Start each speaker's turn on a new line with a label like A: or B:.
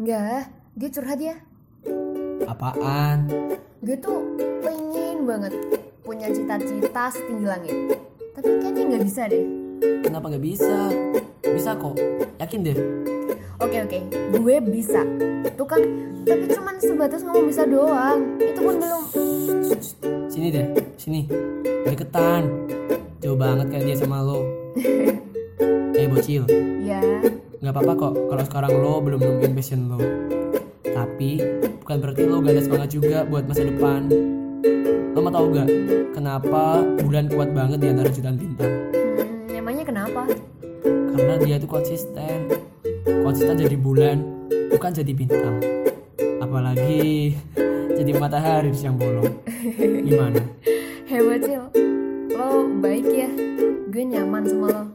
A: Enggak, gue curhat ya.
B: Apaan?
A: Gue tuh pengen banget punya cita-cita setinggi langit. Tapi kayaknya nggak bisa deh.
B: Kenapa nggak bisa? Bisa kok. Yakin deh.
A: Oke oke, gue bisa. Itu kan, tapi cuman sebatas ngomong bisa doang. Itu pun belum.
B: Sini deh. Sini. Deketan. Jauh banget kan dia sama lo. eh bocil,
A: Ya,
B: nggak apa-apa kok kalau sekarang lo belum nemuin passion lo. Tapi bukan berarti lo gak ada semangat juga buat masa depan. Lo mau tau gak kenapa bulan kuat banget di antara jutaan bintang?
A: hmm, emangnya kenapa?
B: karena dia itu konsisten konsisten jadi bulan bukan jadi bintang apalagi jadi matahari di siang bolong gimana
A: Hebat Cil, lo baik ya. Gue nyaman sama lo.